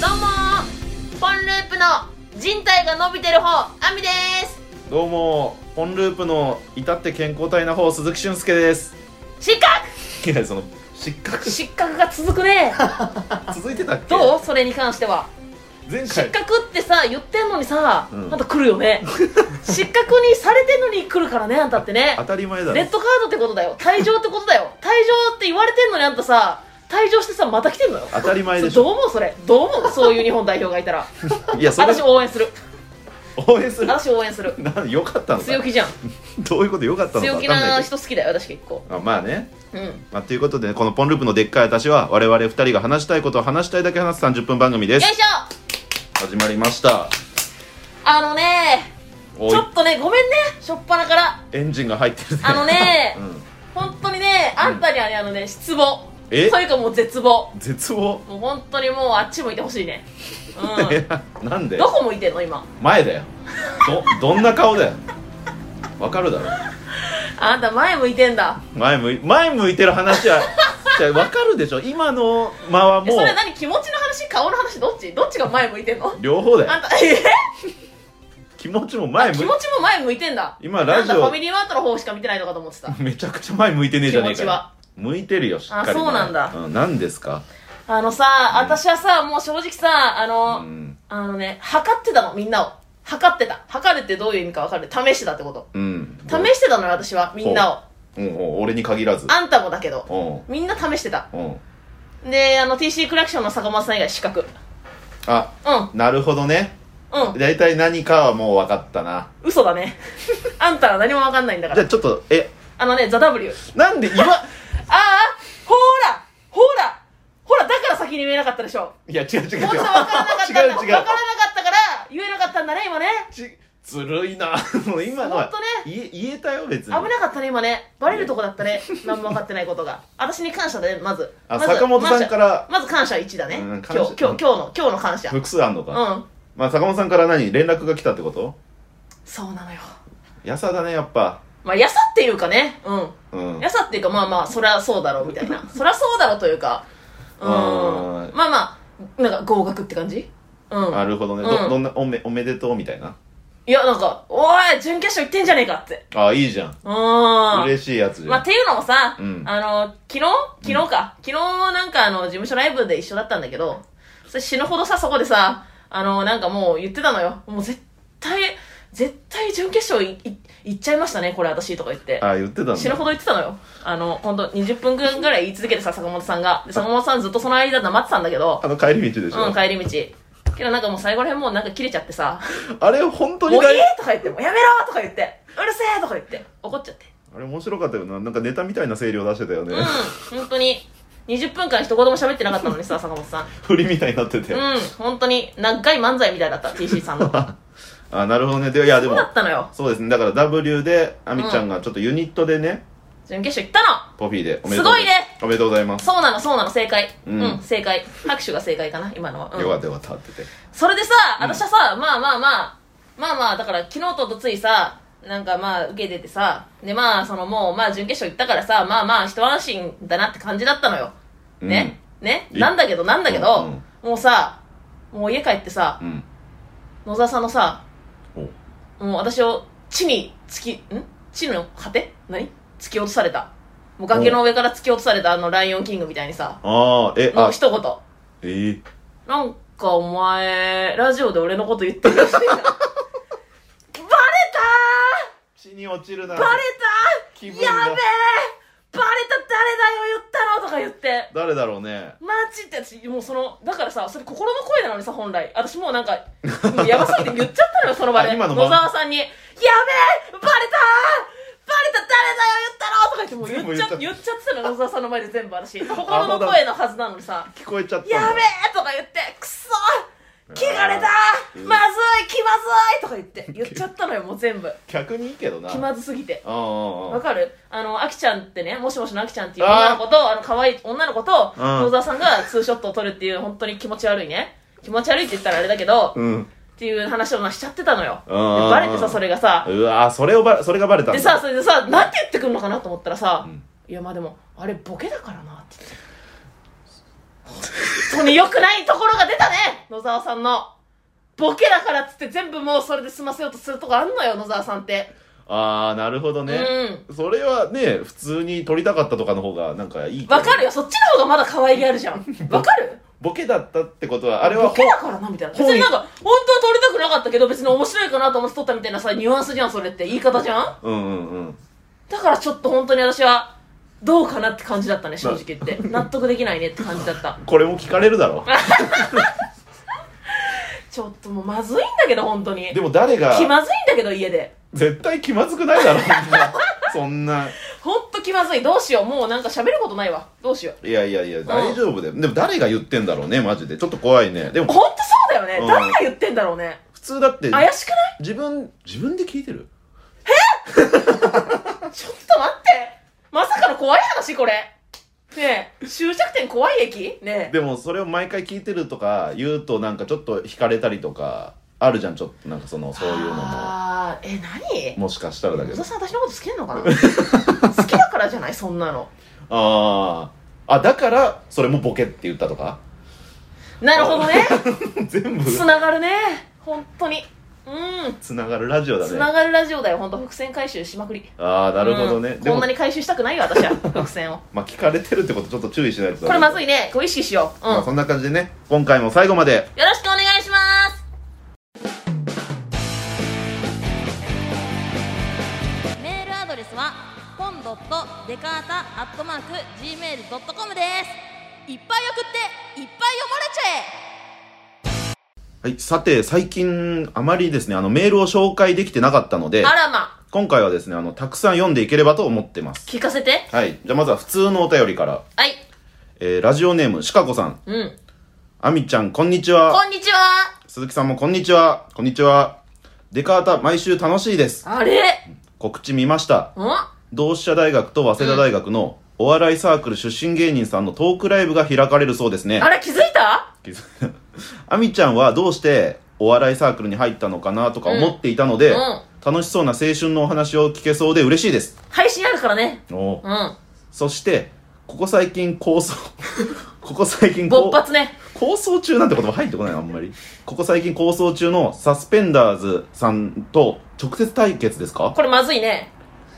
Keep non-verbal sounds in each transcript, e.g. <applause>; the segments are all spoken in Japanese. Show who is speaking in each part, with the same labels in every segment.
Speaker 1: どうもーポンループの人体が伸びてる方アミです
Speaker 2: どうもポンループの至って健康体な方鈴木俊介です
Speaker 1: 失格
Speaker 2: いやその失格
Speaker 1: 失格が続くね
Speaker 2: 続いてたっ
Speaker 1: <laughs>
Speaker 2: け
Speaker 1: どうそれに関しては
Speaker 2: 前回
Speaker 1: 失格ってさ言ってんのにさ、
Speaker 2: うん
Speaker 1: あんた来るよ
Speaker 2: <laughs>
Speaker 1: ね失格にされてんのに来るからねあんたってね
Speaker 2: 当たり前だ
Speaker 1: レ
Speaker 2: ろ
Speaker 1: ッドカードってことだよ退場ってことだ
Speaker 2: <laughs>
Speaker 1: よ退場って言われてんのにあんたさ退場してさまた来てんのよ
Speaker 2: 当たり前でし
Speaker 1: それど
Speaker 2: ょ
Speaker 1: う思うそれどう思うそういう日本代表がいたら
Speaker 2: い <laughs> やそれ
Speaker 1: 私応援する
Speaker 2: 応援する
Speaker 1: 私応援す
Speaker 2: <laughs>
Speaker 1: る
Speaker 2: なよかったの
Speaker 1: 強
Speaker 2: か
Speaker 1: 気じゃん
Speaker 2: どういうことよかったのか
Speaker 1: 強
Speaker 2: わか
Speaker 1: 気
Speaker 2: んな
Speaker 1: ない
Speaker 2: け
Speaker 1: 人好きだよ私結構
Speaker 2: どあまあね
Speaker 1: うん
Speaker 2: まあ、ということで、ね、このポンループのでっかい私は我々二人が話したいことを話したいだけ話す30分番組で
Speaker 1: よい
Speaker 2: す
Speaker 1: しょ
Speaker 2: 始まりました
Speaker 1: あのね
Speaker 2: お
Speaker 1: ち
Speaker 2: い
Speaker 1: ょっとねごめんねしょっぱな
Speaker 2: <laughs>
Speaker 1: から
Speaker 2: エンジンが入ってるね
Speaker 1: あのね
Speaker 2: うん、
Speaker 1: 本当にねあんたにはねあのね失望
Speaker 2: え
Speaker 1: というかもう絶望
Speaker 2: 絶望、
Speaker 1: もう本当にもうあっち向いてほしいね
Speaker 2: い
Speaker 1: うん
Speaker 2: や <laughs> なんで
Speaker 1: どこ向いてんの今
Speaker 2: 前だよどどんな顔だよわかるだろ
Speaker 1: あんた前向いてんだ
Speaker 2: 前向い前向いてる話はじゃあわかるでしょ今の間は
Speaker 1: え
Speaker 2: も
Speaker 1: そうれ何気持ちの話顔の話どっちどっちが前向いてんの
Speaker 2: 両方だ
Speaker 1: あ
Speaker 2: よ
Speaker 1: んたえ
Speaker 2: 気持ちも
Speaker 1: あ
Speaker 2: 前
Speaker 1: 気
Speaker 2: 向い
Speaker 1: 持ちも前向いてんだ
Speaker 2: 今ラジ
Speaker 1: なんだファ
Speaker 2: オ
Speaker 1: ミリーマートの方しか見てないのかと思ってた
Speaker 2: めちゃくちゃ前向いてねえじゃね
Speaker 1: 気
Speaker 2: え
Speaker 1: 持
Speaker 2: か
Speaker 1: ちは
Speaker 2: よ向いてるよしっかり
Speaker 1: あそうなんだ
Speaker 2: うん、何ですか
Speaker 1: あのさ私はさもう正直さあ
Speaker 2: う
Speaker 1: の、
Speaker 2: ん、
Speaker 1: あのね測ってたのみんなを測ってた測るってどういう意味か分かる試してたってこと
Speaker 2: うん、
Speaker 1: 試してたのよ私はみんなを
Speaker 2: うんうん俺に限らず
Speaker 1: あんたもだけど
Speaker 2: うん
Speaker 1: みんな試してた
Speaker 2: うん
Speaker 1: であの TC クラクションの坂本さん以外資格
Speaker 2: あ
Speaker 1: うん
Speaker 2: なるほどね
Speaker 1: うん
Speaker 2: 大体何かはもう分かったな
Speaker 1: 嘘だね <laughs> あんたは何も分かんないんだか
Speaker 2: じゃ
Speaker 1: ら
Speaker 2: あちょっとえ
Speaker 1: あのねザ・ W
Speaker 2: なんで今
Speaker 1: ああほらほらほらだから先に言えなかったでしょ
Speaker 2: いや違う違う違う
Speaker 1: 本当は分からなかったんだ
Speaker 2: 違う違う
Speaker 1: 分からなかったから言えなかったんだね今ね
Speaker 2: ちずる
Speaker 1: <laughs>
Speaker 2: いなもう今のは
Speaker 1: ほんとね
Speaker 2: 言え言えたよ
Speaker 1: 危
Speaker 2: 別に
Speaker 1: なかったね今ねバレるとこだったね何も分かってないことが私に感謝だねまず
Speaker 2: あ
Speaker 1: まず
Speaker 2: 坂本さんから
Speaker 1: まずまず感謝1だね
Speaker 2: う
Speaker 1: 今
Speaker 2: ん
Speaker 1: 日
Speaker 2: 感謝
Speaker 1: 今日今日の今日の感謝うん
Speaker 2: 複数あんのか、まあ坂本さんから何連絡が来たってこと
Speaker 1: そうなのよ
Speaker 2: やさだねやっぱ
Speaker 1: まあ、やさっていうかね、うん。
Speaker 2: うん
Speaker 1: やさっていうか、まあまあ、そりゃそうだろうみたいな。
Speaker 2: <laughs>
Speaker 1: そりゃそうだろうというか、うん。
Speaker 2: あー
Speaker 1: まあまあ、なんか合格って感じうん。
Speaker 2: なるほどね、
Speaker 1: うん
Speaker 2: どどんなおめおめでとうみたいない
Speaker 1: や、なんか、おい、準決勝行ってんじゃねえかって。
Speaker 2: あいいじゃん
Speaker 1: うん。ま
Speaker 2: 嬉しいやつじゃん、
Speaker 1: あ、っていうのもさ、
Speaker 2: うん
Speaker 1: あの、昨日昨日か。昨日なんかあの、事務所ライブで一緒だったんだけど、それ死ぬほどさ、そこでさ、あの、なんかもう言ってたのよ。もう絶対、絶対準決勝いい行っちゃいましたね、これ私とか言って。
Speaker 2: あ言ってたんだ
Speaker 1: 死ぬほど言ってたのよあの本当20分ぐらい言い続けてさ坂本さんがで坂本さんずっとその間黙ってたんだけど
Speaker 2: あの帰り道でしょ、
Speaker 1: うん帰り道けどなんかもう最後ら辺もうなんか切れちゃってさ
Speaker 2: あれ
Speaker 1: 「
Speaker 2: 本当に
Speaker 1: もう
Speaker 2: 大
Speaker 1: いい!」とか言って「もうやめろ!」とか言って「うるせえ!」とか言って怒っちゃって
Speaker 2: あれ面白かったよななんかネタみたいな声量出してたよ <laughs> ね、
Speaker 1: うん本当に20分間一言も喋ってなかったのに
Speaker 2: <laughs>
Speaker 1: さ坂本さん
Speaker 2: 振りみたいになってて、
Speaker 1: うん本当に長い漫才みたいだった TC
Speaker 2: <laughs>
Speaker 1: さんの
Speaker 2: あなるほどねでいやで
Speaker 1: そう
Speaker 2: も
Speaker 1: だったのよ
Speaker 2: そうですねだから W であみちゃんがちょっとユニットでね、
Speaker 1: 準決勝行ったの
Speaker 2: ポフィーでおめでとう
Speaker 1: すごいね
Speaker 2: おめでとうございます、
Speaker 1: そうなのそうなの正解う、
Speaker 2: うんん
Speaker 1: 正解拍手が正解かな今のは、うん、
Speaker 2: よかったよかったって言って
Speaker 1: それでさ、私はさ、まあまあまあ、まあまあ、だから昨日ととついさ、なんかまあ受けててさ、でまあそのもうまあ準決勝行ったからさ、まあまあ一安心だなって感じだったのよ。ね、ね
Speaker 2: い
Speaker 1: なんだけどなんだけど、
Speaker 2: うん
Speaker 1: もうさ、もう家帰ってさ
Speaker 2: う、ん、
Speaker 1: 野沢さんのさ、
Speaker 2: うん、
Speaker 1: もう私を地に突き、ん地の果て何突き落とされた。もう崖の上から突き落とされたあのライオンキングみたいにさ、
Speaker 2: おああえ
Speaker 1: も
Speaker 2: あ
Speaker 1: う一言。
Speaker 2: えー、
Speaker 1: なんかお前、ラジオで俺のこと言ってるらしいな。バレた
Speaker 2: 地に落ちるな
Speaker 1: ーバレ
Speaker 2: 気
Speaker 1: た
Speaker 2: 分
Speaker 1: ー
Speaker 2: が
Speaker 1: やべえバレた誰だよ言ったのとか言って。
Speaker 2: 誰だろうね
Speaker 1: マジって私、もうその、だからさ、それ心の声なのにさ、本来。私もうなんか、もうやばすぎて言っちゃったのよ、その場で。
Speaker 2: あ今のま
Speaker 1: 野
Speaker 2: ま
Speaker 1: 沢さんに、やべえバレたーバレた誰だよ言ったのとか言って、もう言っちゃ、
Speaker 2: 全部
Speaker 1: 言
Speaker 2: 言
Speaker 1: っちゃってたの、野沢さんの前で全部私。心の声のはずなのにさ。
Speaker 2: 聞こえちゃったんだ
Speaker 1: やべえとか言って、くそ汚れた
Speaker 2: う
Speaker 1: まずい
Speaker 2: ん
Speaker 1: 気まずいとか言
Speaker 2: <laughs>
Speaker 1: って、言っちゃったのよ、もう全部。
Speaker 2: 逆にいいけどな
Speaker 1: 気まずすぎて。
Speaker 2: ああ
Speaker 1: わ
Speaker 2: あ
Speaker 1: かるあの、アキちゃんってね、もしもしのアキちゃんっていう女の子と、あの、可愛い女の子と、
Speaker 2: うん
Speaker 1: 野沢さんがツーショットを撮るっていう、本当に気持ち悪いね。気持ち悪いって言ったらあれだけど、
Speaker 2: あうん
Speaker 1: っていう話をなしちゃってたのよ。で
Speaker 2: うんうんうん
Speaker 1: バレてさ、それがさ。
Speaker 2: うわーそれをばそれがバレたん
Speaker 1: で
Speaker 2: だ
Speaker 1: さ、それでさ、なんて言ってくるのかなと思ったらさ、
Speaker 2: ん
Speaker 1: いや、まあでも、あれボケだからなって言って。本当に良くないところが出たね野沢さんの。ボケだからっつって全部もうそれで済ませようとするとこあんのよ、野沢さんって。
Speaker 2: ああなるほどね、それはね普通に撮りたかったとかの方がなんかいい
Speaker 1: うん。わかるよ、そっちの方がまだ可愛げあるじゃん。わかる
Speaker 2: ボケだったってことはあれは
Speaker 1: ボ
Speaker 2: ほ
Speaker 1: ケだからな、みたいな。別になんか、本当は撮りたくなかったけど、別に面白いかなと思って撮ったみたいなさ、ニュアンスじゃん、それって。言い方じゃん
Speaker 2: うんうんうん
Speaker 1: だからちょっと本当に私は、どうかなって感じだったね、正直言って。納得できないねって感じだった。
Speaker 2: これも聞かれるだろ
Speaker 1: ちょっともうまずいんだけど、本当に。
Speaker 2: でも誰が
Speaker 1: 気まずいんだけど、家で。
Speaker 2: 絶対気まずくないだ
Speaker 1: <laughs>
Speaker 2: ろそんなそんな
Speaker 1: ほんと気まずい。どうしよう。もうなんか喋ることないわ。どうしよう。
Speaker 2: いやいやいや大丈夫だよでも誰が言ってんだろうねマジでちょっと怖いねでも
Speaker 1: ほんとそうだよね。
Speaker 2: うん
Speaker 1: 誰が言ってんだろうね。
Speaker 2: 普通だって
Speaker 1: 怪しくない
Speaker 2: 自分自分で聞いてる
Speaker 1: ちょっと待って。まさかの怖い話、これ。ねえ、終着点怖い駅ねえ。
Speaker 2: でもそれを毎回聞いてるとか言うとなんかちょっと惹かれたりとかあるじゃんちょっとなんかそのそういうのも
Speaker 1: あーえ、何
Speaker 2: もしかしたらだけ
Speaker 1: 野
Speaker 2: ど
Speaker 1: 田さん私のこと好きなのかな好きだからじゃないそんなの
Speaker 2: あーあだからそれもボケって言ったとか <laughs>
Speaker 1: なるほどね
Speaker 2: 全部
Speaker 1: つながるね本当にうん
Speaker 2: つながるラジオだ
Speaker 1: つ
Speaker 2: ね
Speaker 1: ながるラジオだよ本当伏線回収しまくり
Speaker 2: ああなるほどね、
Speaker 1: うん
Speaker 2: で
Speaker 1: こん
Speaker 2: も
Speaker 1: なに回収したくないよ私
Speaker 2: <laughs>
Speaker 1: は伏線を
Speaker 2: まあ聞かれてるってことちょっと注意しないと
Speaker 1: これまず
Speaker 2: い、
Speaker 1: いねこれ意識しよううん、
Speaker 2: まあ、そんな感じでね今回も最後まで
Speaker 1: よろしくお願いします
Speaker 3: メールアドレスはポンドットデカータアットマーク Gmail.com ですいっぱい送っていっぱい読まれちゃえ
Speaker 2: はいさて最近あまりですねあのメールを紹介できてなかったので
Speaker 1: あらま
Speaker 2: 今回はですねあのたくさん読んでいければと思ってます
Speaker 1: 聞かせて
Speaker 2: はいじゃあまずは普通のお便りから、
Speaker 1: はい
Speaker 2: えー、ラジオネームシカゴさん
Speaker 1: うん
Speaker 2: あみちゃんこんにちは
Speaker 1: こんにちは
Speaker 2: 鈴木さんもこんにちはこんにちはデカータ毎週楽しいです
Speaker 1: あれ
Speaker 2: 告知見ました
Speaker 1: うん
Speaker 2: 同志社大学と早稲田大学のお笑いサークル出身芸人さんのトークライブが開かれるそうですね <laughs>
Speaker 1: あれ気づいた
Speaker 2: 気づいたあみちゃんはどうしてお笑いサークルに入ったのかなとか思っていたので、
Speaker 1: うんうん
Speaker 2: 楽しそうな青春のお話を聞けそうで嬉しいです
Speaker 1: 配信あるからね
Speaker 2: お
Speaker 1: うん
Speaker 2: そしてここ最近構想 <laughs> ここ最近こ
Speaker 1: 勃
Speaker 2: う
Speaker 1: 発ね
Speaker 2: 構想中なんて言葉入ってこないのあんまりここ最近構想中のサスペンダーズさんと直接対決ですか
Speaker 1: これまずいね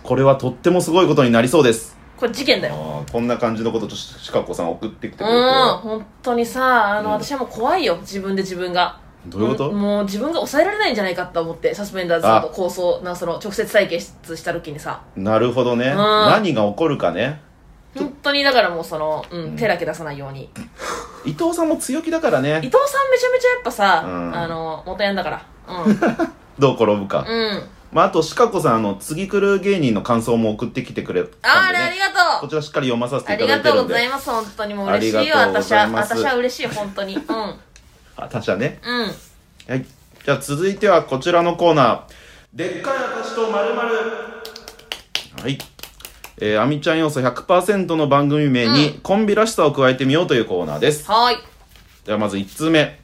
Speaker 2: これはとってもすごいことになりそうです
Speaker 1: これ事件だよ
Speaker 2: あーこんな感じのことちょっとシカコさん送ってきてくれ
Speaker 1: う
Speaker 2: て
Speaker 1: ん、本当にさ、あの、
Speaker 2: うん
Speaker 1: 私はもう怖いよ、自分で自分が。
Speaker 2: どういうこと、
Speaker 1: ももう自分が抑えられないんじゃないかって思って、サスペンダーズさんと構想な、その、直接対決した時にさ、
Speaker 2: なるほどね、
Speaker 1: ん
Speaker 2: 何が起こるかね
Speaker 1: 本当にだからもうその、うん、
Speaker 2: うん
Speaker 1: 手だけ出さないように。
Speaker 2: 伊藤さんも強気だから
Speaker 1: 伊
Speaker 2: ね
Speaker 1: 藤さんめちゃめちゃやっぱさ、
Speaker 2: うん
Speaker 1: あの、元ヤンだから。
Speaker 2: <laughs>
Speaker 1: うん。
Speaker 2: どう転ぶか、
Speaker 1: うん。
Speaker 2: まあ、あとシカコさんあの次来る芸人の感想も送ってきてくれた
Speaker 1: あ
Speaker 2: んで、
Speaker 1: れ、
Speaker 2: ね、
Speaker 1: ありがと
Speaker 2: こ
Speaker 1: う
Speaker 2: ちらしっかり読まさせて
Speaker 1: あ
Speaker 2: いた
Speaker 1: り
Speaker 2: だい
Speaker 1: が
Speaker 2: て
Speaker 1: と
Speaker 2: る
Speaker 1: う
Speaker 2: ん
Speaker 1: ご
Speaker 2: で
Speaker 1: ざいます、本当にもう嬉し
Speaker 2: あ
Speaker 1: い
Speaker 2: り
Speaker 1: よ、
Speaker 2: がとうご
Speaker 1: 私
Speaker 2: ざ
Speaker 1: は。
Speaker 2: います
Speaker 1: 私は嬉しいよ、本当に。うん。うん。
Speaker 2: あ他社ねはいじゃあ続いてはこちらのコーナーでっかい私とまるまるはいえー、あみちゃん要素100%の番組名にコンビらしさを加えてみようというコーナーです、
Speaker 1: はーい。
Speaker 2: ではまず1通目、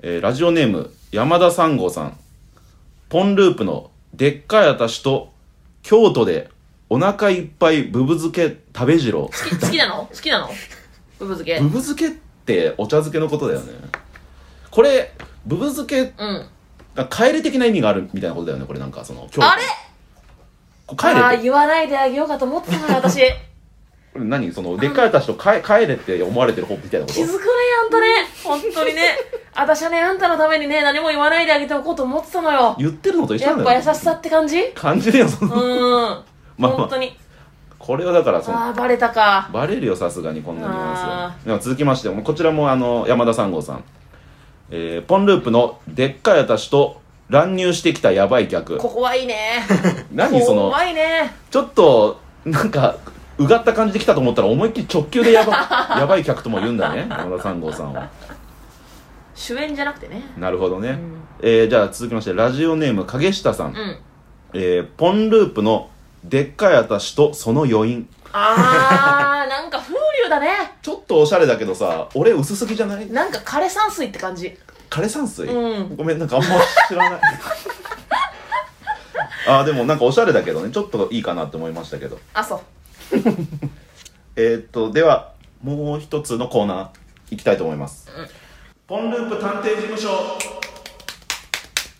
Speaker 2: えーラジオネーム山田三号さんポンループのでっかい私と京都でお腹いっぱいブブ漬け食べ次郎
Speaker 1: 好き好きなの好きなのブブ漬け。
Speaker 2: ブブ漬けってお茶漬けのことだよねこれブブ漬け
Speaker 1: うん。
Speaker 2: が帰れ的な意味があるみたいなことだよねこれなんかその京都
Speaker 1: あれ
Speaker 2: これ
Speaker 1: ああー、
Speaker 2: 帰れって
Speaker 1: 言わないであげようかと思ってたのよ、私。
Speaker 2: これ何そのでっかい私と帰帰れって思われてる方みたいなこ
Speaker 1: 気づく
Speaker 2: と
Speaker 1: ねあんたね本当にね私はねあんたのためにね何も言わないであげておこうと思ってたのよ
Speaker 2: 言ってるのと一緒
Speaker 1: や
Speaker 2: な
Speaker 1: っ
Speaker 2: んだ
Speaker 1: ぱ
Speaker 2: よ
Speaker 1: 優しさって感じ
Speaker 2: <laughs>
Speaker 1: う
Speaker 2: 感じるよそ
Speaker 1: ー
Speaker 2: の
Speaker 1: ん
Speaker 2: まあまあ
Speaker 1: 本当に
Speaker 2: これはだからその
Speaker 1: ああバレたか
Speaker 2: バレるよさすがにこんなニュアン
Speaker 1: あ
Speaker 2: スでも続きましてもうこちらもあの山田三号さん、えーポンループのでっかい私と乱入してきたやばい客
Speaker 1: ここはいいね
Speaker 2: <laughs> 何その
Speaker 1: 怖いね
Speaker 2: ちょっとなんかうがった感じで来たと思ったら思いっきり直球で
Speaker 1: <laughs>
Speaker 2: やばやばい客とも言うんだね山田三号さんは
Speaker 1: 主演じゃなくてね
Speaker 2: なるほどね、
Speaker 1: ん
Speaker 2: えーじゃあ続きましてラジオネーム影下さん、
Speaker 1: うん
Speaker 2: えーポンループのでっかい私とその余韻
Speaker 1: あーなんか風流だね
Speaker 2: ちょっとおしゃれだけどさ俺薄すぎじゃない
Speaker 1: なんか枯山水って感じ
Speaker 2: 枯山水、
Speaker 1: うん
Speaker 2: ごめんなんかあんま
Speaker 1: <laughs>
Speaker 2: 知らないあーでもなんかおしゃれだけどねちょっといいかなって思いましたけど
Speaker 1: あそう
Speaker 2: えー、っとではもう一つのコーナーいきたいと思います、ポンループ探偵事務所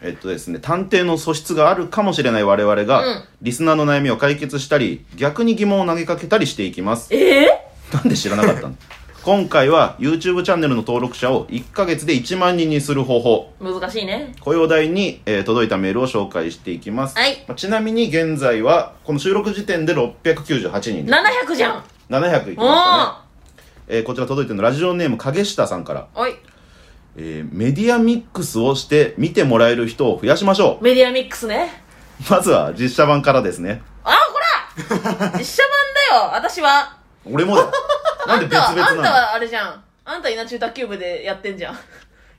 Speaker 2: えっとですね探偵の素質があるかもしれない我々が、
Speaker 1: うん
Speaker 2: リスナーの悩みを解決したり逆に疑問を投げかけたりしていきます
Speaker 1: ええ
Speaker 2: なんで知らなかった <laughs> の今回は YouTube チャンネルの登録者を1ヶ月で1万人にする方法
Speaker 1: 難しいね。
Speaker 2: 雇用代に、えー届いたメールを紹介していきます、
Speaker 1: はい
Speaker 2: まあちなみに現在はこの収録時点で698人で
Speaker 1: 700じゃん
Speaker 2: 700いき
Speaker 1: おお
Speaker 2: ましたね、えーこちら届いてるのラジオネーム影下さんから、
Speaker 1: おい、
Speaker 2: えーメディアミックスをして見てもらえる人を増やしましょ
Speaker 1: メディアミックスね。
Speaker 2: うまずは実写版からですね
Speaker 1: あ、
Speaker 2: <laughs>
Speaker 1: ほら実写版だよ、私は。
Speaker 2: 俺
Speaker 1: <laughs>
Speaker 2: もだよなんで別
Speaker 1: あんたは、あ
Speaker 2: 々
Speaker 1: んた
Speaker 2: な
Speaker 1: はあれじゃん。あんた稲中卓球部でやってんじゃ <laughs> ん。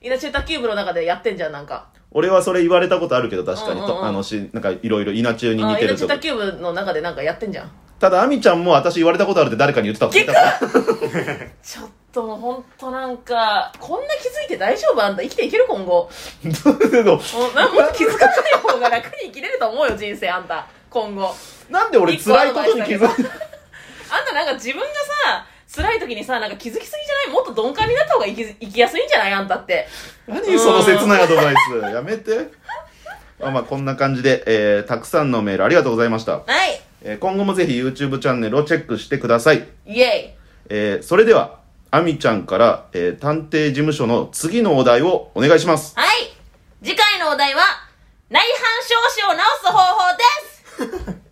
Speaker 1: 稲中卓球部の中でやってんじゃん、なんか。
Speaker 2: の俺はそれ言われたことあるけど確かに、
Speaker 1: うんうんうん
Speaker 2: とあのしなんかいろいろ稲中に似
Speaker 1: あ
Speaker 2: て
Speaker 1: 稲
Speaker 2: る
Speaker 1: 中
Speaker 2: と
Speaker 1: 卓球部の中でなんかやってんじゃん。
Speaker 2: ただ、アミちゃんも私言われたことあるって誰かに言ってたこと聞いたから。
Speaker 1: ちょっともうほんとなんか、こんな気づいて大丈夫あんた生きていける今後。
Speaker 2: でも
Speaker 1: もうなもっと気づかない方が楽に生きれると思うよ、人生あんた。今後。
Speaker 2: <laughs> なんで俺辛いことに気づいて、
Speaker 1: あんたなんか自分がさ、辛い時にさ、なんか気づきすぎじゃないもっと鈍感になった方が生き生きやすいんじゃないあんたって。
Speaker 2: 何その切ないアドバイス。やめて。まあまあ、こんな感じで、えー、たくさんのメールありがとうございました。
Speaker 1: はい。
Speaker 2: えー、今後もぜひ YouTube チャンネルをチェックしてください。
Speaker 1: イェイ。
Speaker 2: えー、それでは、アミちゃんから、えー、探偵事務所の次のお題をお願いします。
Speaker 1: はい。次回のお題は、内反症子を治す方法です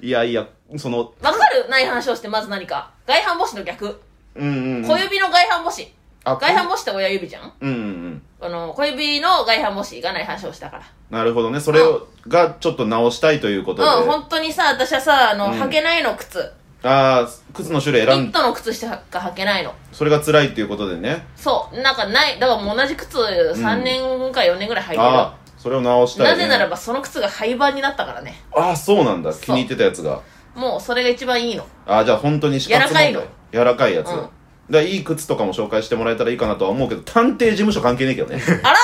Speaker 2: いやいや、その、
Speaker 1: わかる内反症子ってまず何か。外反母趾の逆。
Speaker 2: うんうんうん。
Speaker 1: 小指の外反母趾。
Speaker 2: あ
Speaker 1: 外反母趾って親指じゃん
Speaker 2: うんうんうん。
Speaker 1: あの、小指の外反母趾が内反症子だから。
Speaker 2: なるほどね。それを、がちょっと直したいということで。
Speaker 1: うん、本当にさ、私はさ、あの、
Speaker 2: うん
Speaker 1: 履けないの、靴。
Speaker 2: あー、靴の種類
Speaker 1: ニ
Speaker 2: 選ん
Speaker 1: ットの靴しか履けないの。
Speaker 2: それが辛いっていうことでね。
Speaker 1: そう。なんかない、だからもう同じ靴3年か4年ぐらい履いてる。
Speaker 2: ああ、それを直したい、
Speaker 1: な
Speaker 2: ね。
Speaker 1: ぜなら。ばその靴が廃盤になったからね。
Speaker 2: ああ、そうなんだ。
Speaker 1: う
Speaker 2: 気に入ってたやつが。
Speaker 1: もうそれが一番いい
Speaker 2: <laughs>
Speaker 1: の。
Speaker 2: ああ、じゃあ本当に死活問題
Speaker 1: 柔らかいの。
Speaker 2: 柔らかいやつ。
Speaker 1: うん
Speaker 2: だからいい靴とかも紹介してもらえたらいいかなとは思うけど、探偵事務所関係ねえけどね。
Speaker 1: あら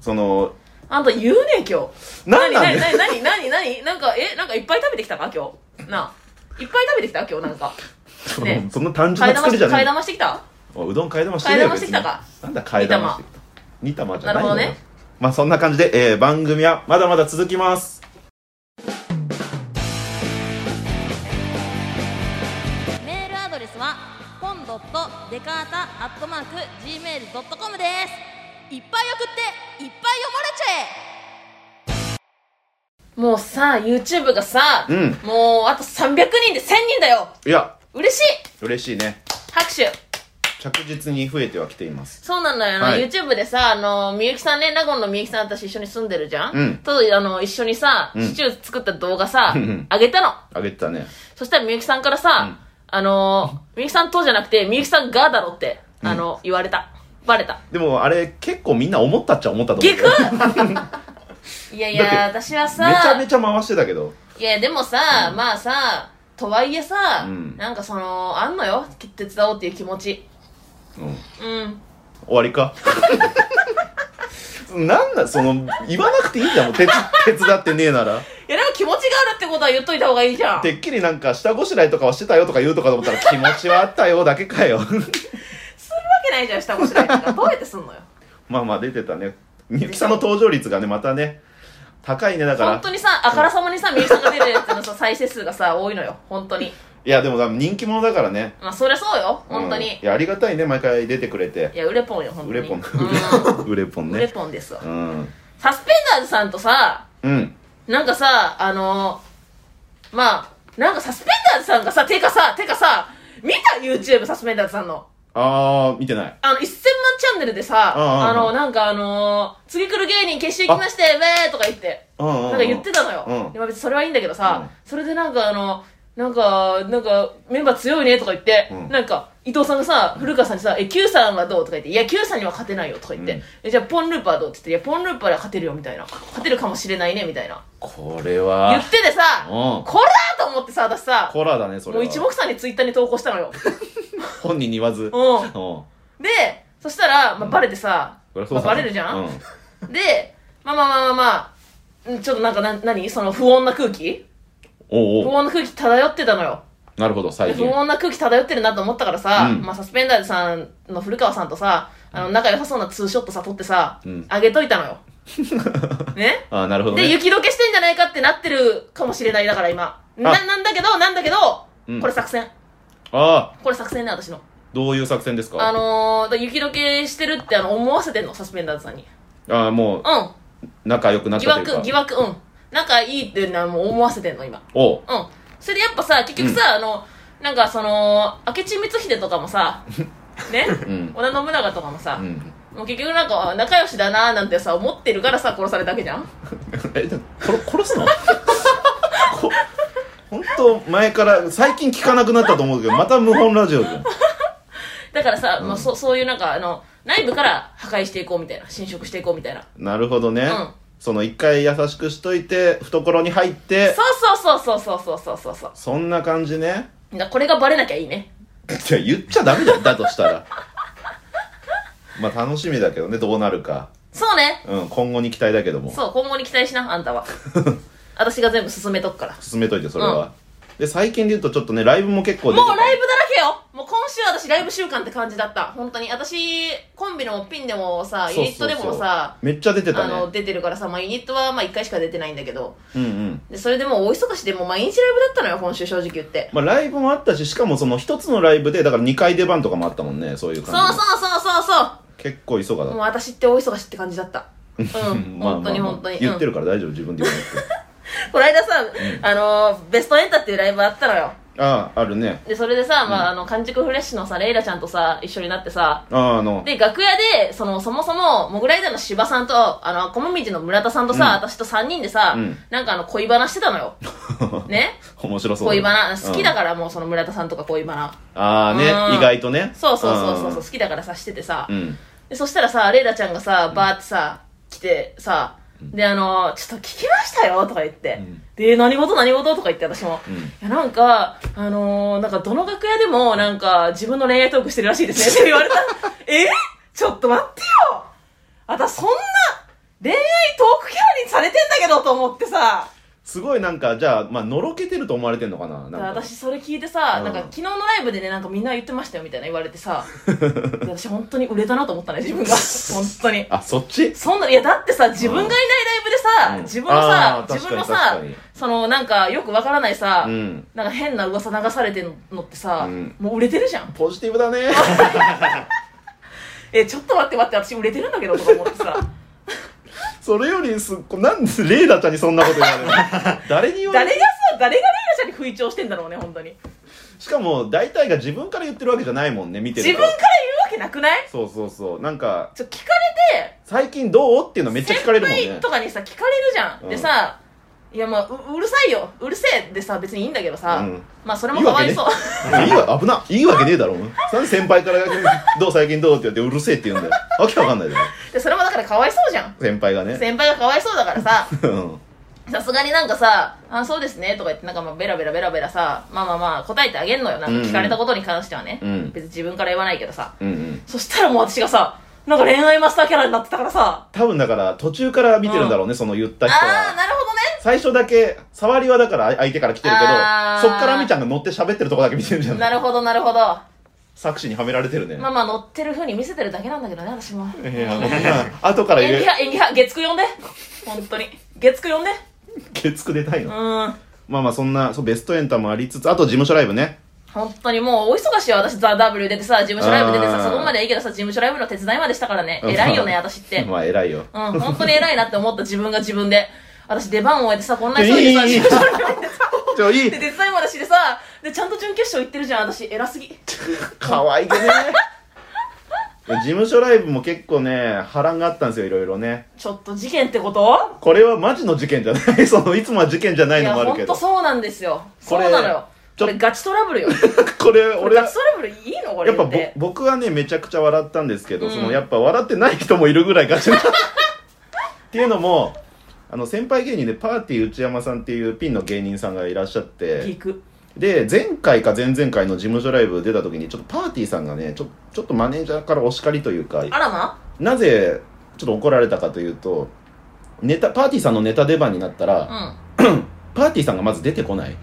Speaker 2: その、
Speaker 1: あんた言うね今日。
Speaker 2: なんなん
Speaker 1: 何
Speaker 2: で
Speaker 1: 何何何何なんか、え、なんかいっぱい食べてきたな今日。なあ。いっぱい食べてきた今日なんか。
Speaker 2: そ
Speaker 1: ね
Speaker 2: のそんな単純
Speaker 1: 替え
Speaker 2: な
Speaker 1: 玉
Speaker 2: 作り
Speaker 1: し
Speaker 2: じゃね
Speaker 1: 替
Speaker 2: え
Speaker 1: え玉してきた
Speaker 2: おうどん替え玉してねえよ
Speaker 1: 替え玉してきたか
Speaker 2: 別になんだ替え玉してきた。二玉じゃないのよ
Speaker 1: なるほどね
Speaker 2: まあそんな感じで、えー、番組はまだまだ続きます。
Speaker 3: メールアドレスはポンドットデカータアットマーク Gmail.com ですいっぱい送っていっぱい読まれちゃえ
Speaker 1: もうさ、YouTube がさ、
Speaker 2: うん
Speaker 1: もうあと300人で1000人だよ
Speaker 2: いや、
Speaker 1: 嬉しい
Speaker 2: 嬉しいね。
Speaker 1: 拍手
Speaker 2: 着実に増えてはきています。
Speaker 1: そうなのよ、あの
Speaker 2: はい
Speaker 1: YouTube でさ、あの、みゆきさんね、納言のみゆきさん私一緒に住んでるじゃん、
Speaker 2: うん
Speaker 1: と、あの、一緒にさ、
Speaker 2: ん
Speaker 1: シチュー作った動画さ
Speaker 2: うんうん、
Speaker 1: あげたの。
Speaker 2: あげてたね。
Speaker 1: そしたらみゆきさんからさ、あの、みゆきさんとじゃなくて、みゆきさんがだろって、あの、言われた。バレた。
Speaker 2: でもあれ結構みんな思ったっちゃ思ったと思う
Speaker 1: ぎ
Speaker 2: け
Speaker 1: く
Speaker 2: ど。
Speaker 1: <laughs> いやい
Speaker 2: だ
Speaker 1: や、
Speaker 2: って
Speaker 1: 私はさ、
Speaker 2: めちゃめちゃ回してたけど
Speaker 1: いや、でもさ、まあさ、とはいえさ、
Speaker 2: うん
Speaker 1: なんかその、あんのよ、手伝おうっていう気持ち。
Speaker 2: うん
Speaker 1: うん。
Speaker 2: 終わりか <laughs> なんだその言わなくていいじゃんもう手つ手伝ってねえなら
Speaker 1: いや、でも気持ちがあるってことは言っといた方がいいじゃん。
Speaker 2: てっきりなんか下ごしらえとかはしてたよとか言うとかと思ったら気持ちはあったよだけかよ
Speaker 1: するわけないじゃん、下ごしらえとか。どうやってすんのよ。
Speaker 2: まあまあ出てたねみゆきさんの登場率がねまたね高いねだか
Speaker 1: 本
Speaker 2: ら
Speaker 1: 当にさ、あからさまにさ、みゆきさんが出るやつのさ、再生数がさ、多いのよ。本当に。
Speaker 2: いやでも多分人気者だからね
Speaker 1: まあ、そりゃそうよ。本当
Speaker 2: うん
Speaker 1: に。
Speaker 2: いやありがたいね毎回出てくれて
Speaker 1: いや、ウレポンよ、本当
Speaker 2: ウ
Speaker 1: に。
Speaker 2: レポン
Speaker 1: う
Speaker 2: <laughs> ウレポン
Speaker 1: ん。ウレ
Speaker 2: ね
Speaker 1: ポンですわ
Speaker 2: う。ん
Speaker 1: サスペンダーズさんとさ、
Speaker 2: うん
Speaker 1: なんかさ、あのー、まあ、なんかサスペンダーズさんがさ、てかさ、てかさ、見た ?YouTube サスペンダーズさんの。
Speaker 2: ああ見てない
Speaker 1: あの、1000万チャンネルでさ、
Speaker 2: うんうんうん
Speaker 1: あの、なんかあのー次来る芸人決して行きまして、ウェーとか言って、
Speaker 2: うんうんうん
Speaker 1: なんか言ってたのよ。
Speaker 2: うん
Speaker 1: いや別にそれはいいんだけどさ、
Speaker 2: うん
Speaker 1: それでなんかあの、なんか、なんか、メンバー強いねとか言って、
Speaker 2: うん
Speaker 1: なんか、伊藤さんがさ、古川さんにさ、え、Q さんはどうとか言って、いや、Q さんには勝てないよとか言って、
Speaker 2: うん
Speaker 1: え、じゃあ、ポンルーパーどうって言って、いや、ポンルーパーでは勝てるよみたいな。勝てるかもしれないねみたいな。
Speaker 2: これ
Speaker 1: 言
Speaker 2: は
Speaker 1: っててさ、
Speaker 2: うん
Speaker 1: これだと思ってさ、私さ、
Speaker 2: コラだねそれ
Speaker 1: も
Speaker 2: は
Speaker 1: う一目散にツイッターに投稿したの
Speaker 2: <laughs>
Speaker 1: よ。
Speaker 2: 本人に言わず
Speaker 1: うん
Speaker 2: うん
Speaker 1: で、そしたら、まあ、バレてさ、
Speaker 2: そりゃそう
Speaker 1: ま
Speaker 2: だ
Speaker 1: あ、
Speaker 2: ね
Speaker 1: バレるじゃ
Speaker 2: うん
Speaker 1: ん、で、まあまあまあまあまあうん、ちょっとなんかな、何その不穏な空気
Speaker 2: おう
Speaker 1: 不
Speaker 2: おう
Speaker 1: 穏な空気漂ってたのよ。
Speaker 2: なるほど最
Speaker 1: 不
Speaker 2: 近
Speaker 1: 穏な空気漂ってるなと思ったからさ、
Speaker 2: うん
Speaker 1: まあサスペンダーズさんの古川さんとさ、あの、仲良さそうなツーショットさ、撮ってさ
Speaker 2: うん、
Speaker 1: あげといたの
Speaker 2: <laughs>
Speaker 1: よ。ね
Speaker 2: ああ、なるほど
Speaker 1: で、
Speaker 2: ね。
Speaker 1: 雪解けしてんじゃないかってなってるかもしれない、だから今。な、なんだけど、なんだけど
Speaker 2: うん、
Speaker 1: これ作戦。
Speaker 2: ああ、
Speaker 1: これ作戦ね、私の。
Speaker 2: どういう作戦ですか
Speaker 1: あのー、だ雪解けしてるってあの思わせてんの、サスペンダーズさんに。
Speaker 2: ああ、も
Speaker 1: う。
Speaker 2: う、仲良くなんっ
Speaker 1: 疑
Speaker 2: たというか。
Speaker 1: 惑、疑惑、うん。仲いいっていうのはもう思わせてんの、今。
Speaker 2: おう
Speaker 1: うん。それでやっぱさ、結局さ、あの、なんかその、明智光秀とかもさ、ね、
Speaker 2: うん。
Speaker 1: 織田信長とかもさ、
Speaker 2: うん。
Speaker 1: もう結局なんか仲良しだなーなんてさ、思ってるからさ、殺されたわけじゃん
Speaker 2: え、でも殺殺すの <laughs> こ本当前から、最近聞かなくなったと思うけど、また無本ラジオじゃん。
Speaker 1: だからさ、
Speaker 2: うん
Speaker 1: まあ、そそういうなんか、あの、内部から破壊していこうみたいな、侵食していこうみたいな。
Speaker 2: なるほどね。
Speaker 1: うん
Speaker 2: その一回優しくしといて、懐に入って、
Speaker 1: そうそうそうそうそうそうそうそう。
Speaker 2: そんな感じね。
Speaker 1: だからこれがバレなきゃいいね。
Speaker 2: いや、言っちゃダメだよ、だとしたら。まあ楽しみだけどね、どうなるか。
Speaker 1: そうね。
Speaker 2: うん、今後に期待だけども。
Speaker 1: そう、今後に期待しな、あんた
Speaker 2: <laughs>
Speaker 1: は。私が全部進めとくから。
Speaker 2: 進めといて、それは。で、最近で言うとちょっとね、ライブも結構出て
Speaker 1: もうライブだらけよもう今週私ライブ週間って感じだった。本当に。私、コンビのピンでもさ、ユ
Speaker 2: そう
Speaker 1: ニ
Speaker 2: そう
Speaker 1: ッ
Speaker 2: そう
Speaker 1: トでもさ、
Speaker 2: めっちゃ出てた
Speaker 1: あの、
Speaker 2: ね。
Speaker 1: 出てるからさ、まあユニットはまあ1回しか出てないんだけど、
Speaker 2: うんうん。
Speaker 1: で、それでもう大忙しでもう毎日ライブだったのよ、今週正直言って。
Speaker 2: まあライブもあったし、しかもその一つのライブで、だから2回出番とかもあったもんね、そういう
Speaker 1: そう
Speaker 2: 感
Speaker 1: そう
Speaker 2: じ。
Speaker 1: そうそうそ
Speaker 2: 結構急
Speaker 1: う
Speaker 2: がだっ
Speaker 1: もう
Speaker 2: た。
Speaker 1: 私って大忙しって感じだった。うん、
Speaker 2: <laughs> まあまあ
Speaker 1: 本当に
Speaker 2: まあ
Speaker 1: 本当に。
Speaker 2: 言って
Speaker 1: る。
Speaker 2: るから大丈夫、自分で言わなくて。
Speaker 1: この間さ、あのー、ベストエンタっていうライブあったのよ。
Speaker 2: ああ、あるね。
Speaker 1: で、それでさ、まあ、あの、完熟フレッシュのさ、レイラちゃんとさ、一緒になってさ、
Speaker 2: ああ、あの、 <laughs>
Speaker 1: で、楽屋で、その、そもそも、モグライダーの芝さんと、あの、こもみじの村田さんとさ、
Speaker 2: うん
Speaker 1: 私と3人でさ、
Speaker 2: うん
Speaker 1: なんかあの、恋バナしてたの
Speaker 2: <laughs>
Speaker 1: よ。ね
Speaker 2: 面白そうだ
Speaker 1: 恋
Speaker 2: ね。
Speaker 1: バナ。好きだ
Speaker 2: うん
Speaker 1: から、もうその村田さんとか恋バナ。
Speaker 2: ああね、
Speaker 1: うん
Speaker 2: 意外とね。
Speaker 1: そうそうそうそうそう、好きだからさ、しててさ。
Speaker 2: うん。うん。
Speaker 1: でそしたらさ、レイラちゃんがさ、バーってさ、来てさ、で、あの、ちょっと聞きましたよとか言って、
Speaker 2: ん
Speaker 1: で、何事何事とか言って私も、
Speaker 2: ん
Speaker 1: いや、なんか、あのーなんかどの楽屋でも、なんか自分の恋愛トークしてるらしいですねって言われた。 <laughs> えちょっと待ってよ私そんな恋愛トークキャラにされてんだけどと思ってさ、
Speaker 2: すごいなんか、じゃあ、まあ、のろけてると思われてんのかななんか。
Speaker 1: 私それ聞いてさ、
Speaker 2: うん
Speaker 1: なんか昨日のライブでね、なんかみんな言ってましたよみたいな言われて
Speaker 2: <laughs>
Speaker 1: さ、で私本当に売れたなと思ったね、自分が。本当に。
Speaker 2: あ、そっち
Speaker 1: そんな、いや、だってさ、自分がいないライブでさ、
Speaker 2: うん
Speaker 1: 自分のさ
Speaker 2: あ、ー
Speaker 1: 自分の
Speaker 2: 確
Speaker 1: さ
Speaker 2: かに確かに、
Speaker 1: その、なんか、よくわからないさ、
Speaker 2: うん。
Speaker 1: なんか変な噂流されてんのってさ、
Speaker 2: うん
Speaker 1: もう売れてるじゃん。
Speaker 2: ポジティブだね。 <laughs>
Speaker 1: え、ちょっと待って待って、私売れてるんだけど、とか思って
Speaker 2: <laughs>
Speaker 1: さ、
Speaker 2: それよりすっごなんでレイダちゃんにそんなこと言われるの
Speaker 1: <laughs>
Speaker 2: 誰に言われ
Speaker 1: 誰
Speaker 2: る
Speaker 1: がさ、誰がレイラちゃんに不意調してんだろうね、本当に。
Speaker 2: しかも、大体が自分から言ってるわけじゃないもんね、見て
Speaker 1: 自
Speaker 2: る
Speaker 1: 分
Speaker 2: と
Speaker 1: から言うわけなくない
Speaker 2: そうそうそう。なんか、
Speaker 1: ちょ、聞かれて、
Speaker 2: 最近どうっていうのめっちゃ聞かれるもん
Speaker 1: 先
Speaker 2: ね
Speaker 1: 輩。とかにさ、聞かれるじゃん。
Speaker 2: うん
Speaker 1: でさ、いや、まあう、うるさいよ。うるせえでさ、別にいいんだけどさ、
Speaker 2: うん
Speaker 1: まあ、それもかわいそう。
Speaker 2: いいわ、危な。いいわけねえだろ。なんで先輩から、どう最近どうって言って、うるせえって言うんだよ。わけわかんないだろ。
Speaker 1: <laughs> で、それもだからかわいそうじゃん。
Speaker 2: 先輩がね。
Speaker 1: 先輩がかわいそうだからさ、
Speaker 2: うん。
Speaker 1: さすがになんかさ、あ、そうですねとか言って、なんかまあベラベラベラベラさ、まあまあまあ答えてあげんのよ。なんか聞かれたことに関してはね。
Speaker 2: うんうん
Speaker 1: 別に自分から言わないけどさ。
Speaker 2: うんうん。
Speaker 1: そしたらもう私がさ、なんか恋愛マスターキャラになってたからさ、
Speaker 2: 多分だから、途中から見てるんだろうね、その言った
Speaker 1: あ
Speaker 2: 人は
Speaker 1: ー、。なるほどね。
Speaker 2: 最初だけ、触りはだから相手から来てるけど
Speaker 1: あ、ー
Speaker 2: そっからみちゃんが乗って喋ってるとこだけ見てるじゃ。
Speaker 1: なんるほど、なるほど。
Speaker 2: 作詞にはめられてるね。
Speaker 1: まあまあ乗ってる風に見せてるだけなんだけどね、私も。
Speaker 2: いや、もうまあ、後から
Speaker 1: 演技
Speaker 2: 言う。
Speaker 1: 派、演技派、月9呼んで。本当に。月9呼んで。
Speaker 2: 月9出たいうの。
Speaker 1: ん。
Speaker 2: まあまあ、そんな、そう、ベストエンタもありつつ、あと事務所ライブね。
Speaker 1: 本当にもう、お忙しいよ、私、ザ・ W 出てさ、事務所ライブ出て
Speaker 2: あ
Speaker 1: さ、
Speaker 2: ー
Speaker 1: そこまでいいけどさ、事務所ライブの手伝いまでしたからね。偉いよね、私って。
Speaker 2: <laughs> まあ、偉いよ。
Speaker 1: うん、本当に偉いなって思った自分が自分で。私出番を終えてさ、こんな急いでさ、
Speaker 2: いいいいいい
Speaker 1: 事務所に入ってさ
Speaker 2: ちょ、いい
Speaker 1: で、手伝いも私でさ、で、ちゃんと準決勝行ってるじゃん、私、偉すぎ。
Speaker 2: 可愛いね。 <laughs> 事務所ライブも結構ね、波乱があったんですよ、いろいろね。
Speaker 1: ちょっと事件ってこと
Speaker 2: これはマジの事件じゃない。 <laughs> その、いつもは事件じゃない
Speaker 1: い
Speaker 2: の
Speaker 1: や、
Speaker 2: もある
Speaker 1: ほ
Speaker 2: け
Speaker 1: ん
Speaker 2: ど
Speaker 1: と。そうなんですよ。
Speaker 2: こ
Speaker 1: そう
Speaker 2: れ
Speaker 1: なのよ。
Speaker 2: ちょ
Speaker 1: これガチトラブルよ。こ
Speaker 2: これ、
Speaker 1: れ
Speaker 2: <laughs> 俺は
Speaker 1: ガチ、トラブルいいのこれ
Speaker 2: やっぱ
Speaker 1: 言っ
Speaker 2: ぼ
Speaker 1: て。
Speaker 2: 僕はねめちゃくちゃ笑ったんですけど、
Speaker 1: うん
Speaker 2: そのやっぱ笑ってない人もいるぐらいガチなっていうのもあの先輩芸人でパーティー内山さんっていうピンの芸人さんがいらっしゃっ
Speaker 1: 聞
Speaker 2: て
Speaker 1: く。
Speaker 2: で前回か前々回の事務所ライブ出た時にちょっとパーティーさんがねちょちょっとマネージャーからお叱りというか
Speaker 1: あらま
Speaker 2: なぜちょっと怒られたかというとネタパーティーさんのネタ出番になったら、
Speaker 1: う
Speaker 2: パーティーさんがまず出てこない
Speaker 1: ん。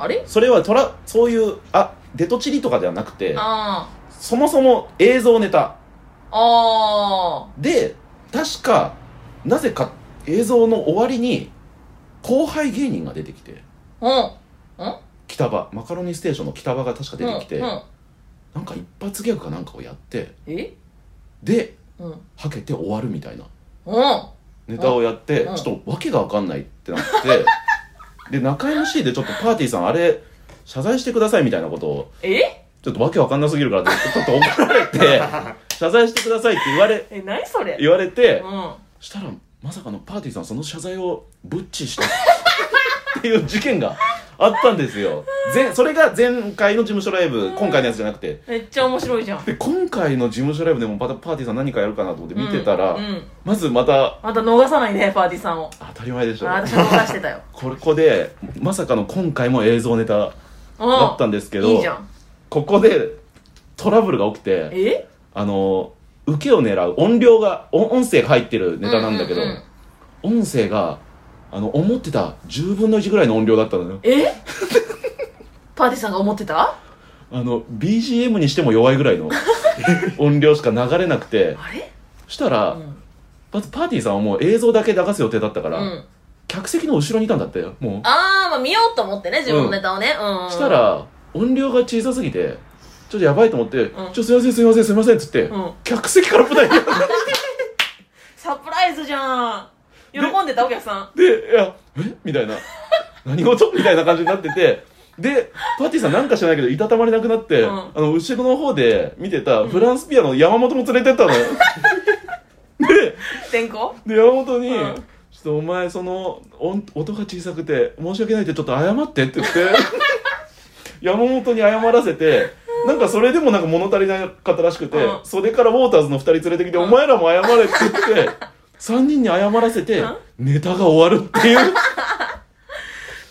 Speaker 1: あれ
Speaker 2: それはトラそういうあ出とちりとかではなくて
Speaker 1: あ
Speaker 2: そもそも映像ネタ
Speaker 1: あ。あ
Speaker 2: で確かなぜか映像の終わりに後輩芸人が出てきて
Speaker 1: あうんうん
Speaker 2: 北場マカロニステーションの北場が確か出てきて、
Speaker 1: うんうん、
Speaker 2: なんか一発ギャグかなんかをやって
Speaker 1: え
Speaker 2: で
Speaker 1: うん
Speaker 2: はけて終わるみたいな
Speaker 1: うん
Speaker 2: ネタをやって、
Speaker 1: うん
Speaker 2: ちょっとわけがわかんないってなって
Speaker 1: <laughs>
Speaker 2: で中 MC でちょっとパーティーさんあれ謝罪してくださいみたいなことを
Speaker 1: え
Speaker 2: ちょっとわけわかんなすぎるからってちょっと怒られ
Speaker 1: <laughs>
Speaker 2: て謝罪してくださいって言われ
Speaker 1: え何それ
Speaker 2: 言われて
Speaker 1: うん
Speaker 2: したらまさかのパーティーさんその謝罪をブッチしたっていう事件があったんですよぜそれが前回の事務所ライブ今回のやつじゃなくて
Speaker 1: めっちゃ面白いじゃん
Speaker 2: で今回の事務所ライブでもまたパーティーさん何かやるかなと思って見てたら、
Speaker 1: うんうん
Speaker 2: まずまた
Speaker 1: また逃さないねパーティーさんを
Speaker 2: 当たり前でし
Speaker 1: あ
Speaker 2: ょ
Speaker 1: 私も逃してた
Speaker 2: <laughs>
Speaker 1: よ
Speaker 2: ここでまさかの今回も映像ネタ
Speaker 1: うん
Speaker 2: だったんですけど
Speaker 1: いいじゃん
Speaker 2: ここでトラブルが起きて
Speaker 1: え
Speaker 2: あの受けを狙う音量が音音声が入ってるネタなんだけど、
Speaker 1: うんうんうん
Speaker 2: 音声があの思ってた10分の1ぐらいの音量だったのよ
Speaker 1: え <laughs> パーティーさんが思ってた
Speaker 2: あの BGM にしても弱いぐら
Speaker 1: <laughs>
Speaker 2: いの音量しか流れなくて
Speaker 1: あれ
Speaker 2: そしたら、
Speaker 1: ん
Speaker 2: まずパーティーさんはもう映像だけ流す予定だったか
Speaker 1: う
Speaker 2: ら、
Speaker 1: ん
Speaker 2: 客席の後ろにいたんだっても
Speaker 1: あーまあ見ようと思ってね自分のネタをねうん、
Speaker 2: うしたら音量が小さすぎてちょっとやばいと思って「
Speaker 1: うん
Speaker 2: ちょすいませんすいませんすいません」っつって、
Speaker 1: うん
Speaker 2: 客席から舞台に
Speaker 1: サプライズじゃん喜んでたお客さ
Speaker 2: <laughs>
Speaker 1: ん
Speaker 2: で「いやえみたいな「何事?」みたいな感じになっててでパーティーさんなんか知らないけどいたたまれなくなって、
Speaker 1: うん
Speaker 2: あの後ろの方で見てたフランスピアノの山本も連れてったのよで
Speaker 1: 天候
Speaker 2: で山本に、
Speaker 1: うん
Speaker 2: ちょっとお前その音音が小さくて申し訳ないってちょっと謝ってって言って
Speaker 1: <laughs>
Speaker 2: 山本に謝らせてなんかそれでもなんか物足りなかったらしくて、
Speaker 1: うん
Speaker 2: 袖からウォーターズの2人連れてきて、お前らも謝れって
Speaker 1: <laughs>
Speaker 2: 言って3人に謝らせて、
Speaker 1: うん
Speaker 2: ネタが終わるっていう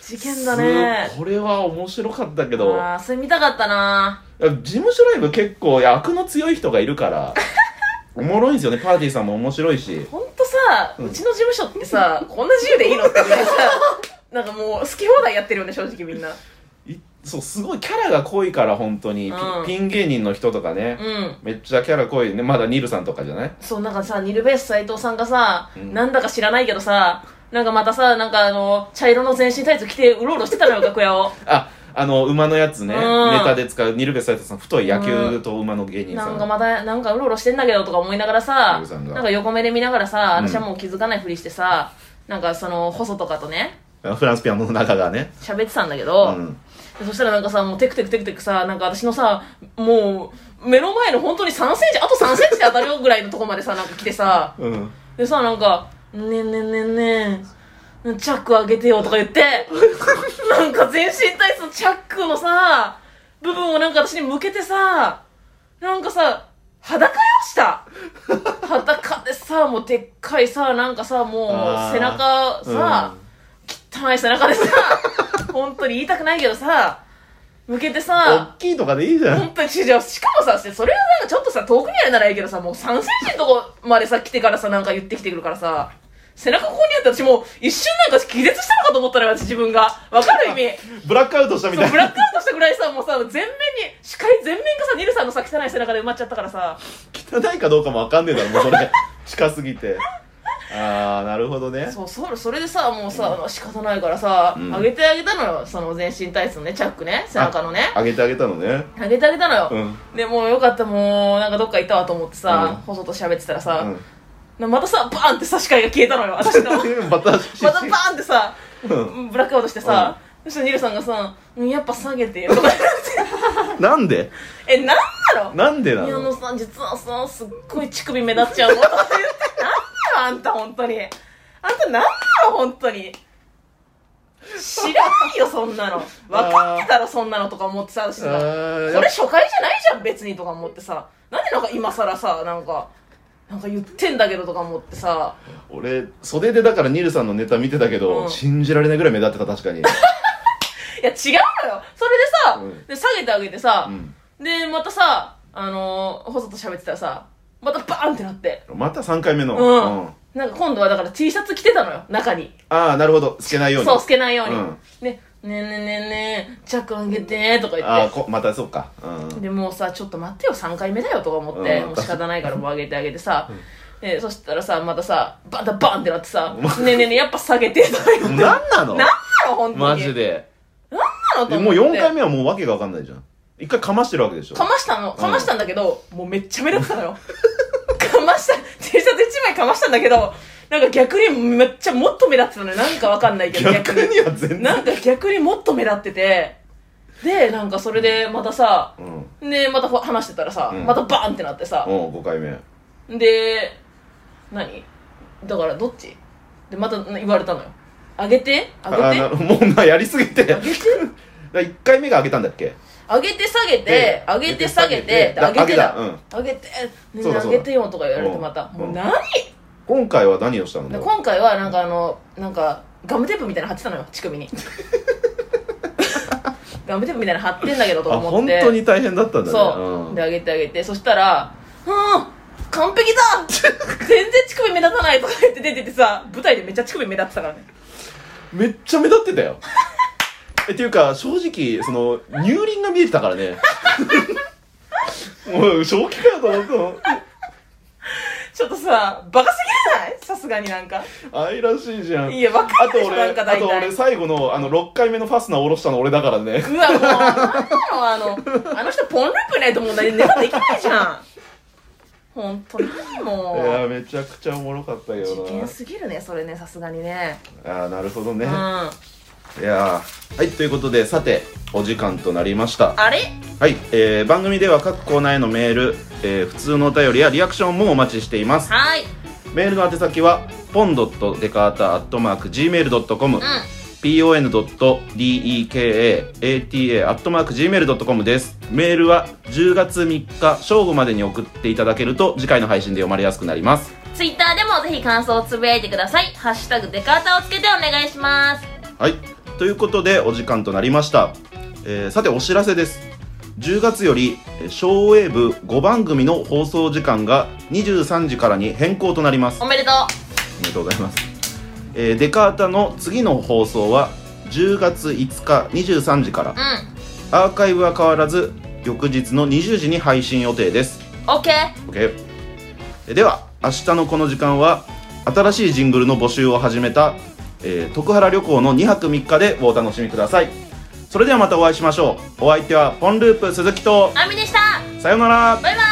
Speaker 1: 事件だね
Speaker 2: すこれは面白かったけど
Speaker 1: ああそれ見たかったな
Speaker 2: 事務所ライブ結構役の強い人がいるから
Speaker 1: <laughs>
Speaker 2: おもろいんですよねパーティーさんも面白いし
Speaker 1: ほんとさ、うちの事務所ってさこんな自由でいいのってぐらいさなんかもう好き放題やってるよね正直みんない
Speaker 2: そうすごいキャラが濃いから本当に、ピ
Speaker 1: うん
Speaker 2: ピン芸人の人とかね、
Speaker 1: うん
Speaker 2: めっちゃキャラ濃いねまだニルさんとかじゃない
Speaker 1: そうなんかさニルベース斎藤さんがさ、
Speaker 2: うん
Speaker 1: なんだか知らないけどさなんかまたさなんかあの茶色の全身タイツ着てうろうろしてたのよ楽屋を
Speaker 2: ああの馬のやつね、
Speaker 1: うん
Speaker 2: ネタで使うニルベサイトさん太い野球と馬の芸人さ
Speaker 1: なん
Speaker 2: ん、
Speaker 1: かまたなんかうろうろしてんだけどとか思いながらさ
Speaker 2: ニルさんが
Speaker 1: なんか横目で見ながらさ
Speaker 2: うん
Speaker 1: 私はもう気づかないふりしてさ、なんかその細とかとね
Speaker 2: フランスピアノの中がね、
Speaker 1: 喋ってたんだけ
Speaker 2: う
Speaker 1: ど、
Speaker 2: ん、
Speaker 1: でそしたらなんかさもうテクテクテクテクさなんか私のさもう目の前の本当に3センチあと3センチで当たるよぐらいのとこまでさなんか来てさ
Speaker 2: うん、
Speaker 1: でさなんか「ねえねえねえねえチャック上げてよ」とか言ってなんか全身体操のチャックのさ部分をなんか私に向けてさなんかさ裸よした裸でさもうでっかいさなんかさもう
Speaker 2: あー
Speaker 1: 背中さ、汚い背中でさ本当に言いたくないけどさ向けて
Speaker 2: うん、
Speaker 1: さ
Speaker 2: 大きいとかでいいじゃ
Speaker 1: <laughs>
Speaker 2: ん
Speaker 1: 本当にししかもさそれはなんかちょっとさ遠くにあるならいいけどさもう3センチのとこまでさ来てからさなんか言ってきてくるからさ背中ここにあって私もう一瞬なんか気絶したのかと思ったのよ私自分がわかる意味
Speaker 2: ブラックアウト <laughs> したみ
Speaker 1: そ
Speaker 2: た
Speaker 1: う
Speaker 2: い
Speaker 1: ブラ
Speaker 2: な
Speaker 1: ックアウトしたぐらいさもうさ全面に視界全面がさニルさんのさ汚い背中で埋まっちゃったからさ
Speaker 2: 汚いかどうかもわかんねえだろもうそれ近すぎてああなるほどね
Speaker 1: そうそそれでさもうさ、あの仕方ないからさ、
Speaker 2: うん
Speaker 1: 上げてあげたのよその全身タイツのねチャックね背中のね
Speaker 2: あげてあげたのね
Speaker 1: 上げてあげたのよ、
Speaker 2: うん
Speaker 1: でもうよかったもうなんかどっか行ったわと思ってさ、
Speaker 2: うん
Speaker 1: 細と喋ってたらさ、
Speaker 2: うん
Speaker 1: なまたさバーンって差し替えが消えたのよ私のまた
Speaker 2: また
Speaker 1: バーンってさ
Speaker 2: う
Speaker 1: ブラックアウトしてさ、そしたらニルさんがさ「うんやっぱ下げてよ」 <laughs> とか言って
Speaker 2: なんで
Speaker 1: 「えなんなの
Speaker 2: なんでな
Speaker 1: 宮
Speaker 2: の
Speaker 1: 野さん実はさすっごい乳首目立っちゃうの」とか言って「なんなのあんた本当にあんたなんなの本当に」知らないよそんなの分かってたろそんなのとか思ってさ私
Speaker 2: あ
Speaker 1: さ
Speaker 2: ー
Speaker 1: これ初回じゃないじゃん別にとか思ってさなんでなんか今更さなんかなんか言ってんだけどとか思ってさ
Speaker 2: 俺袖でだからニルさんのネタ見てたけど、
Speaker 1: うん
Speaker 2: 信じられないぐらい目立ってた確か
Speaker 1: <laughs>
Speaker 2: に、
Speaker 1: いや違うのよそれでさ、
Speaker 2: うん
Speaker 1: で下げてあげてさ
Speaker 2: う、ん、
Speaker 1: でまたさあのー、細と喋ってたらさまたバーンってなって
Speaker 2: また3回目の、
Speaker 1: うん、
Speaker 2: あ
Speaker 1: なんか今度はだから T シャツ着てたのよ中に
Speaker 2: あなるほど透けないように
Speaker 1: そう透けないように、
Speaker 2: うん
Speaker 1: ねねえねえねえねえ、チャックあげて、とか言
Speaker 2: ああ
Speaker 1: っ
Speaker 2: こまたそうかうん
Speaker 1: て。で、もうさ、ちょっと待ってよ、3回目だよ、とか思って、
Speaker 2: うん
Speaker 1: もう仕方ないからもうあげてあげてさ、で、そしたらさ、またさ、バンダバンってなって
Speaker 2: <laughs>
Speaker 1: さ、ねえねえねえ、やっぱ下げて、とか言って。
Speaker 2: 何な
Speaker 1: な
Speaker 2: の
Speaker 1: んなの、本当に。
Speaker 2: マジ。で
Speaker 1: なのと
Speaker 2: で
Speaker 1: 思
Speaker 2: も
Speaker 1: っ
Speaker 2: う
Speaker 1: て。
Speaker 2: 4回目はもうわけが分かんないじゃん一回かましてるわけでしょ
Speaker 1: かましたの、かましたんだけど、もうめっちゃ目立ってたのよ。 <laughs> かました、T シャツ1枚かましたんだけど、なんか逆にめっちゃもっと目立ってたのよ。なんかわかんないけど、
Speaker 2: 逆には全然
Speaker 1: なんか逆にもっと目立ってて、で、なんかそれでまたさ、
Speaker 2: うん
Speaker 1: で、またほ話してたらさ、
Speaker 2: うん
Speaker 1: またバーンってなってさ、
Speaker 2: おう5回目
Speaker 1: で、何だからどっちで、また言われたのよ。あげてあ
Speaker 2: あ
Speaker 1: げ
Speaker 2: な <laughs>
Speaker 1: て
Speaker 2: もうなやりすぎてだ
Speaker 1: あ
Speaker 2: か
Speaker 1: げて
Speaker 2: ら1回目が上げたんだっけ
Speaker 1: 上げて下げて
Speaker 2: で、
Speaker 1: 上げて下げて、
Speaker 2: だ
Speaker 1: 上げてだ
Speaker 2: 上
Speaker 1: 上げ
Speaker 2: げた。
Speaker 1: て、ね
Speaker 2: そうだ
Speaker 1: 上げてよとか言われて
Speaker 2: うん
Speaker 1: また。もう
Speaker 2: うん
Speaker 1: 何
Speaker 2: 今回は何をしたの
Speaker 1: で今回はなんかあの、なんかガムテープみたいなの貼ってたのよ、乳首
Speaker 2: <laughs>
Speaker 1: に。ガムテープみたいなの貼ってんだけどとか
Speaker 2: あ
Speaker 1: 思っ
Speaker 2: 本
Speaker 1: て。
Speaker 2: 当に大変だったんだね
Speaker 1: そう。
Speaker 2: ん
Speaker 1: で、あげてあげて。そしたら、うん完璧だ <laughs> 全然乳首目立たないとか言って出ててさ、舞台でめっちゃ乳首目立ってたからね。
Speaker 2: めっちゃ目立ってたよ <laughs> えっていうか正直その乳輪が見えてたからね <laughs> もう正気かよと思ったの
Speaker 1: ちょっとさ、バカすぎないさすがになんか。
Speaker 2: 愛らしいじゃん
Speaker 1: いや、わか
Speaker 2: あ
Speaker 1: るで
Speaker 2: と
Speaker 1: しょ、なん
Speaker 2: 俺
Speaker 1: か
Speaker 2: あ
Speaker 1: 大
Speaker 2: と
Speaker 1: 体
Speaker 2: 俺。最後のあの6回目のファスナー下ろしたの俺だからね
Speaker 1: うわ、もう、なんなの、あの、あの人ポンループないともうネタできないじゃん。ほんと、何
Speaker 2: い
Speaker 1: <laughs> も
Speaker 2: や
Speaker 1: う。
Speaker 2: めちゃくちゃおもろかったけ
Speaker 1: 事
Speaker 2: どな
Speaker 1: 件すぎるね、それね、さすがにね。
Speaker 2: ああなるほどね、
Speaker 1: うん。
Speaker 2: い
Speaker 1: あ
Speaker 2: やーはいということでさてお時間となりました
Speaker 1: れ
Speaker 2: はい、えー番組では各コーナーへのメール、えー普通のお便りやリアクションもお待ちしています
Speaker 1: はい。
Speaker 2: メールの宛先はポンドットデカータアットマーク Gmail.com、pon.dekata アットマーク Gmail.com ですメールは10月3日正午までに送っていただけると次回の配信で読まれやすくなります
Speaker 3: ツイッターでもぜひ感想をつぶやいてくださいハッシュタグデカータをつけてお願いします
Speaker 2: はいということでお時間となりました、えーさてお知らせです10月よりえーショーウェーブ5番組の放送時間が23時からに変更となります
Speaker 3: おめでとう
Speaker 2: おめでとうございます、えーデカータの次の放送は10月5日23時から
Speaker 3: う
Speaker 2: アーカイブは変わらず翌日の20時に配信予定です
Speaker 3: んオッケー
Speaker 2: OK えーでは明日のこの時間は新しいジングルの募集を始めた、えー徳原旅行の2泊3日でお楽しみくださいそれではまたお会いしましょうお相手はポンループ鈴木と
Speaker 3: アミでした
Speaker 2: さようなら
Speaker 3: バイバイ